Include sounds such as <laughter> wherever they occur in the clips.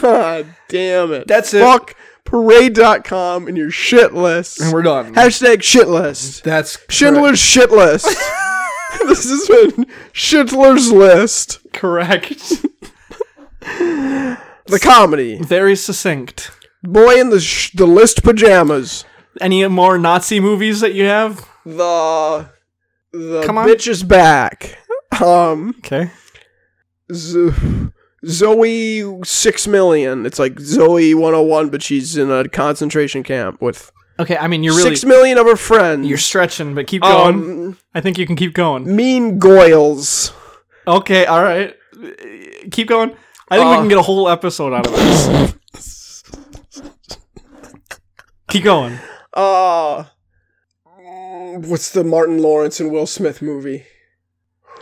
God damn it. That's it. Fuck parade.com and your shit list. And we're done. Hashtag shit list. That's Schindler's shit <laughs> list. <laughs> this has been Schindler's List. correct. <laughs> The comedy. Very succinct. Boy in the sh- the list pajamas. Any more Nazi movies that you have? The the Come on. bitch is back. Um Okay. Z- Zoe 6 million. It's like Zoe 101 but she's in a concentration camp with Okay, I mean you're really 6 million of her friends. you're stretching, but keep going. um, I think you can keep going. mean goils. Okay, all right. Keep going. I think we Uh. can get a whole episode out of this. keep going. Uh mm, what's the Martin Lawrence and Will Smith movie?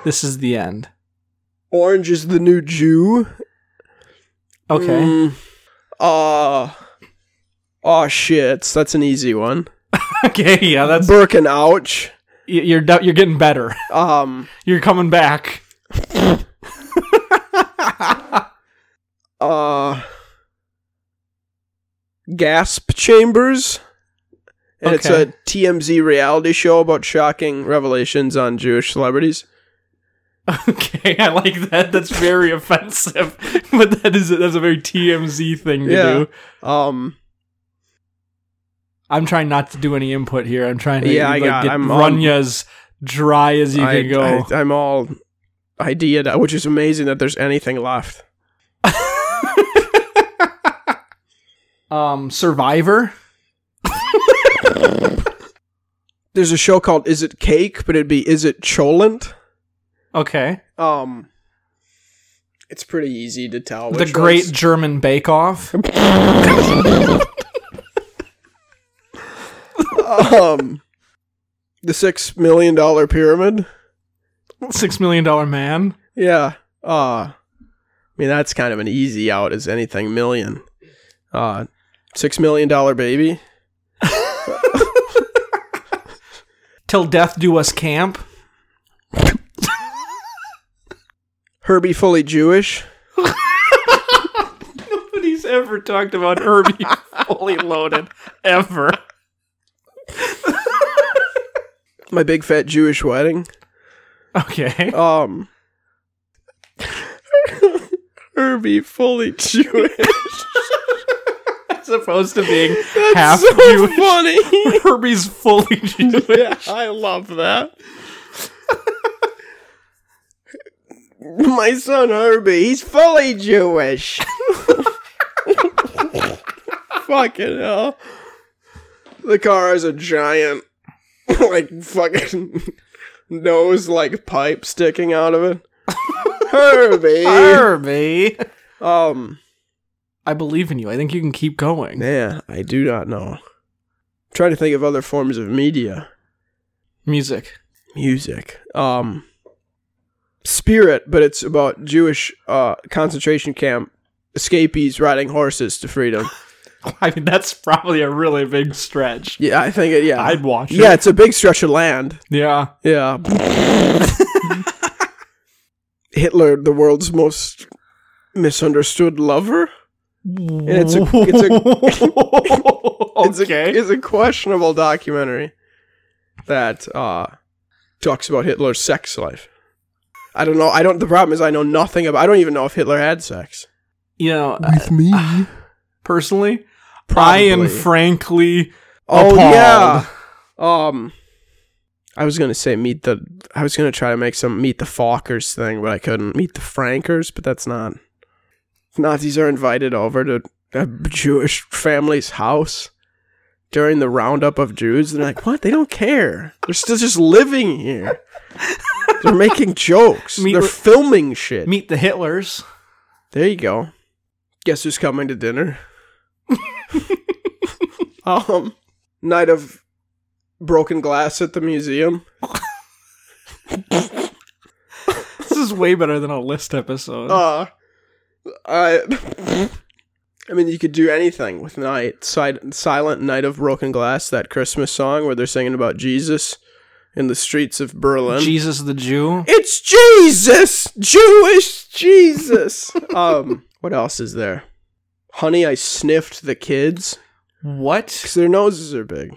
This is the end. Orange is the New Jew. Okay. Mm. Uh Oh shit, that's an easy one. <laughs> Okay, yeah, that's Birkin ouch. y- you're do- you're getting better. Um You're coming back. uh Gasp Chambers. And it's Okay. a TMZ reality show about shocking revelations on Jewish celebrities. Okay, <laughs> I like that. That's very offensive, <laughs> but that is that's a very TMZ thing to Yeah. do. Um I'm trying not to do any input here. I'm trying to Yeah, I like, got- get I'm on- Runya's dry as you I, can go. I, am all ideaed, out, which is amazing that there's anything left. <laughs> um, Survivor. There's a show called Is It Cake, but it'd be Is It Cholent? Okay, Um, it's pretty easy to tell. the which Great ones- German Bake Off. um, the Six Million Dollar Pyramid. Six million dollar man. Yeah. Uh, I mean that's kind of an easy out as anything million. Uh, Six Million Dollar Baby. Till death do us camp. Herbie Fully Jewish. Nobody's ever talked about <laughs> Herbie fully loaded ever. My Big Fat Jewish Wedding. Okay. Um, <laughs> Herbie Fully Jewish. <laughs> As opposed to being That's half Uh, <laughs> so Jewish. funny. Herbie's fully <laughs> Jewish. yeah, <laughs> I love that. My son Herbie, he's fully Jewish. fucking hell. The car has a giant, <laughs> like, fucking nose, like, pipe sticking out of it. Herbie! <laughs> Herbie. um, I believe in you. I think you can keep going. yeah, I do not know. I'm trying to think of other forms of media. Music. <laughs> music. Um, Spirit, but it's about Jewish uh, concentration camp escapees riding horses to freedom. I mean, that's probably a really big stretch. Yeah, I think it. Yeah, I'd watch it. yeah, it's a big stretch of land. Yeah. Yeah. Hitler, the world's most misunderstood lover. it's a- <laughs> It's a- okay. it's a questionable documentary that uh, talks about Hitler's sex life. I don't know. I don't. The problem is, I know nothing about. I don't even know if Hitler had sex. you know, with me. personally, Probably. I am frankly Oh appalled. yeah. Um, I was gonna say meet the. I was gonna try to make some meet the Falkers thing, but I couldn't meet the Frankers. But that's not. Nazis are invited over to a Jewish family's house during the roundup of Jews. They're like, what? They don't care. They're still just living here. They're making jokes. Meet They're with- filming shit. Meet the Hitlers. <laughs> There you go. Guess who's coming to dinner? um, night of broken glass at the museum. This is way better than a list episode. Uh, I, I mean, you could do anything with night. Sil- silent night of broken glass. That Christmas song where they're singing about Jesus in the streets of Berlin. Jesus the Jew. it's Jesus, Jewish Jesus. um, what else is there? Honey, I sniffed the kids What? <laughs> because their noses are big.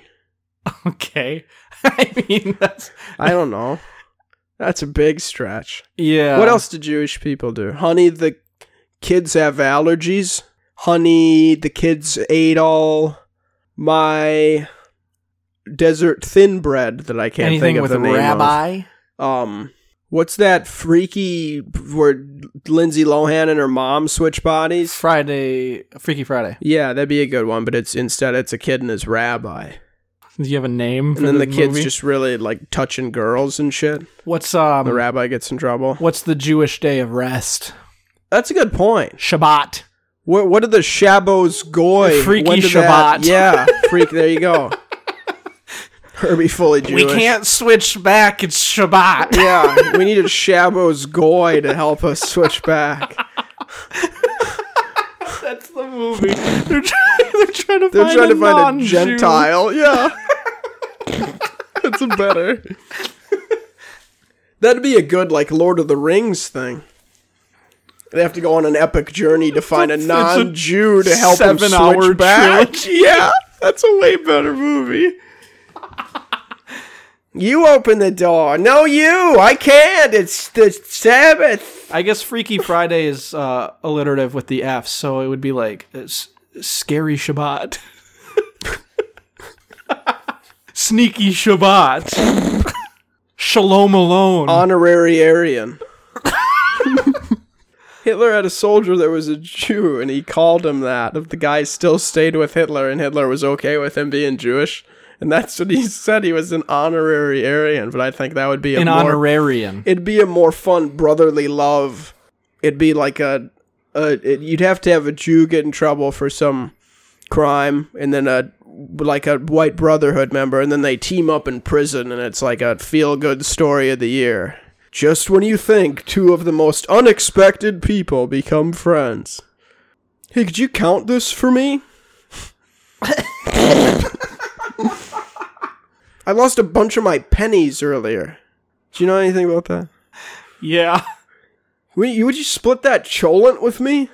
Okay. <laughs> I mean, that's I don't know. That's a big stretch. yeah. what else do Jewish people do? Honey, the kids have allergies. Honey, the kids ate all my desert thin bread that I can't Anything think of with the name of. rabbi? Um, what's that freaky where Lindsay Lohan and her mom switch bodies? Friday, Freaky Friday. Yeah, that'd be a good one, but it's instead it's a kid and his rabbi, Do you have a name? For and then the, kids movie? just really like touching girls and shit. What's um? The rabbi gets in trouble. What's the Jewish day of rest? That's a good point. Shabbat. What what are the Shabos goy? Freaky When did that- Shabbat. yeah, <laughs> freak. There you go. Herbie fully Jewish. We can't switch back. It's <laughs> Shabbat. Yeah, we needed Shabos goy to help us switch back. That's the movie. They're, try- they're trying to They're find trying a to find a non-Jew. Gentile. Yeah, <laughs> that's a better. That'd be a good like Lord of the Rings thing. They have to go on an epic journey to find a It's a non-Jew to help them switch seven-hour back. trilogy. <laughs> Yeah, that's a way better movie. You open the door. No, you. I can't. It's the Sabbath. I guess Freaky Friday is uh, alliterative with the F, so it would be like uh, s- scary Shabbat, <laughs> sneaky Shabbat, Shalom alone. Honorary Aryan. <laughs> Hitler had a soldier that was a Jew, and he called him that. If the guy still stayed with Hitler, and Hitler was okay with him being Jewish, and that's what he said. He was an honorary Aryan, but I think that would be a an more honorarian. it'd be a more fun brotherly love. It'd be like a, a it, you'd have to have a Jew get in trouble for some crime, and then a like a white brotherhood member, and then they team up in prison, and it's like a feel good story of the year. Just when you think two of the most unexpected people become friends. Hey, could you count this for me? I lost a bunch of my pennies earlier. Do you know anything about that? yeah. Would you, would you split that cholent with me?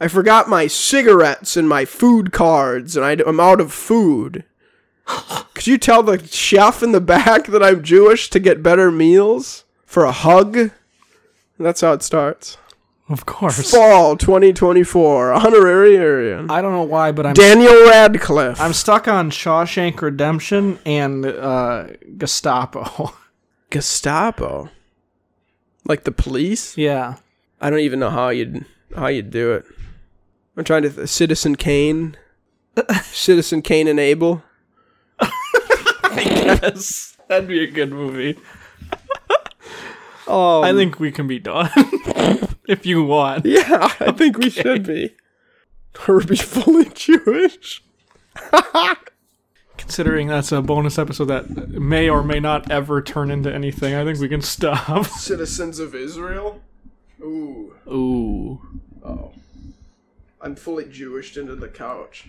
I forgot my cigarettes and my food cards, and I, am out of <gasps> food. Could you tell the chef in the back that I'm Jewish to get better meals for a hug? And that's how it starts. Of course. Fall 2024, honorary Aryan. I don't know why, but I'm Daniel Radcliffe. I'm stuck on Shawshank Redemption and uh, Gestapo. <laughs> Gestapo. Like the police? yeah. I don't even know how you'd how you'd do it. I'm trying to th- Citizen <laughs> Kane, Citizen Kane and Abel. Yes, that'd be a good <laughs> movie. Oh, I think we can be done <laughs> if you <laughs> want. yeah, I think we should be. Or be fully <laughs> Jewish. Considering that's a bonus episode that may or may not ever turn into anything, I think we can stop. <laughs> Citizens of Israel. Ooh, Ooh. I'm fully Jewished into the couch.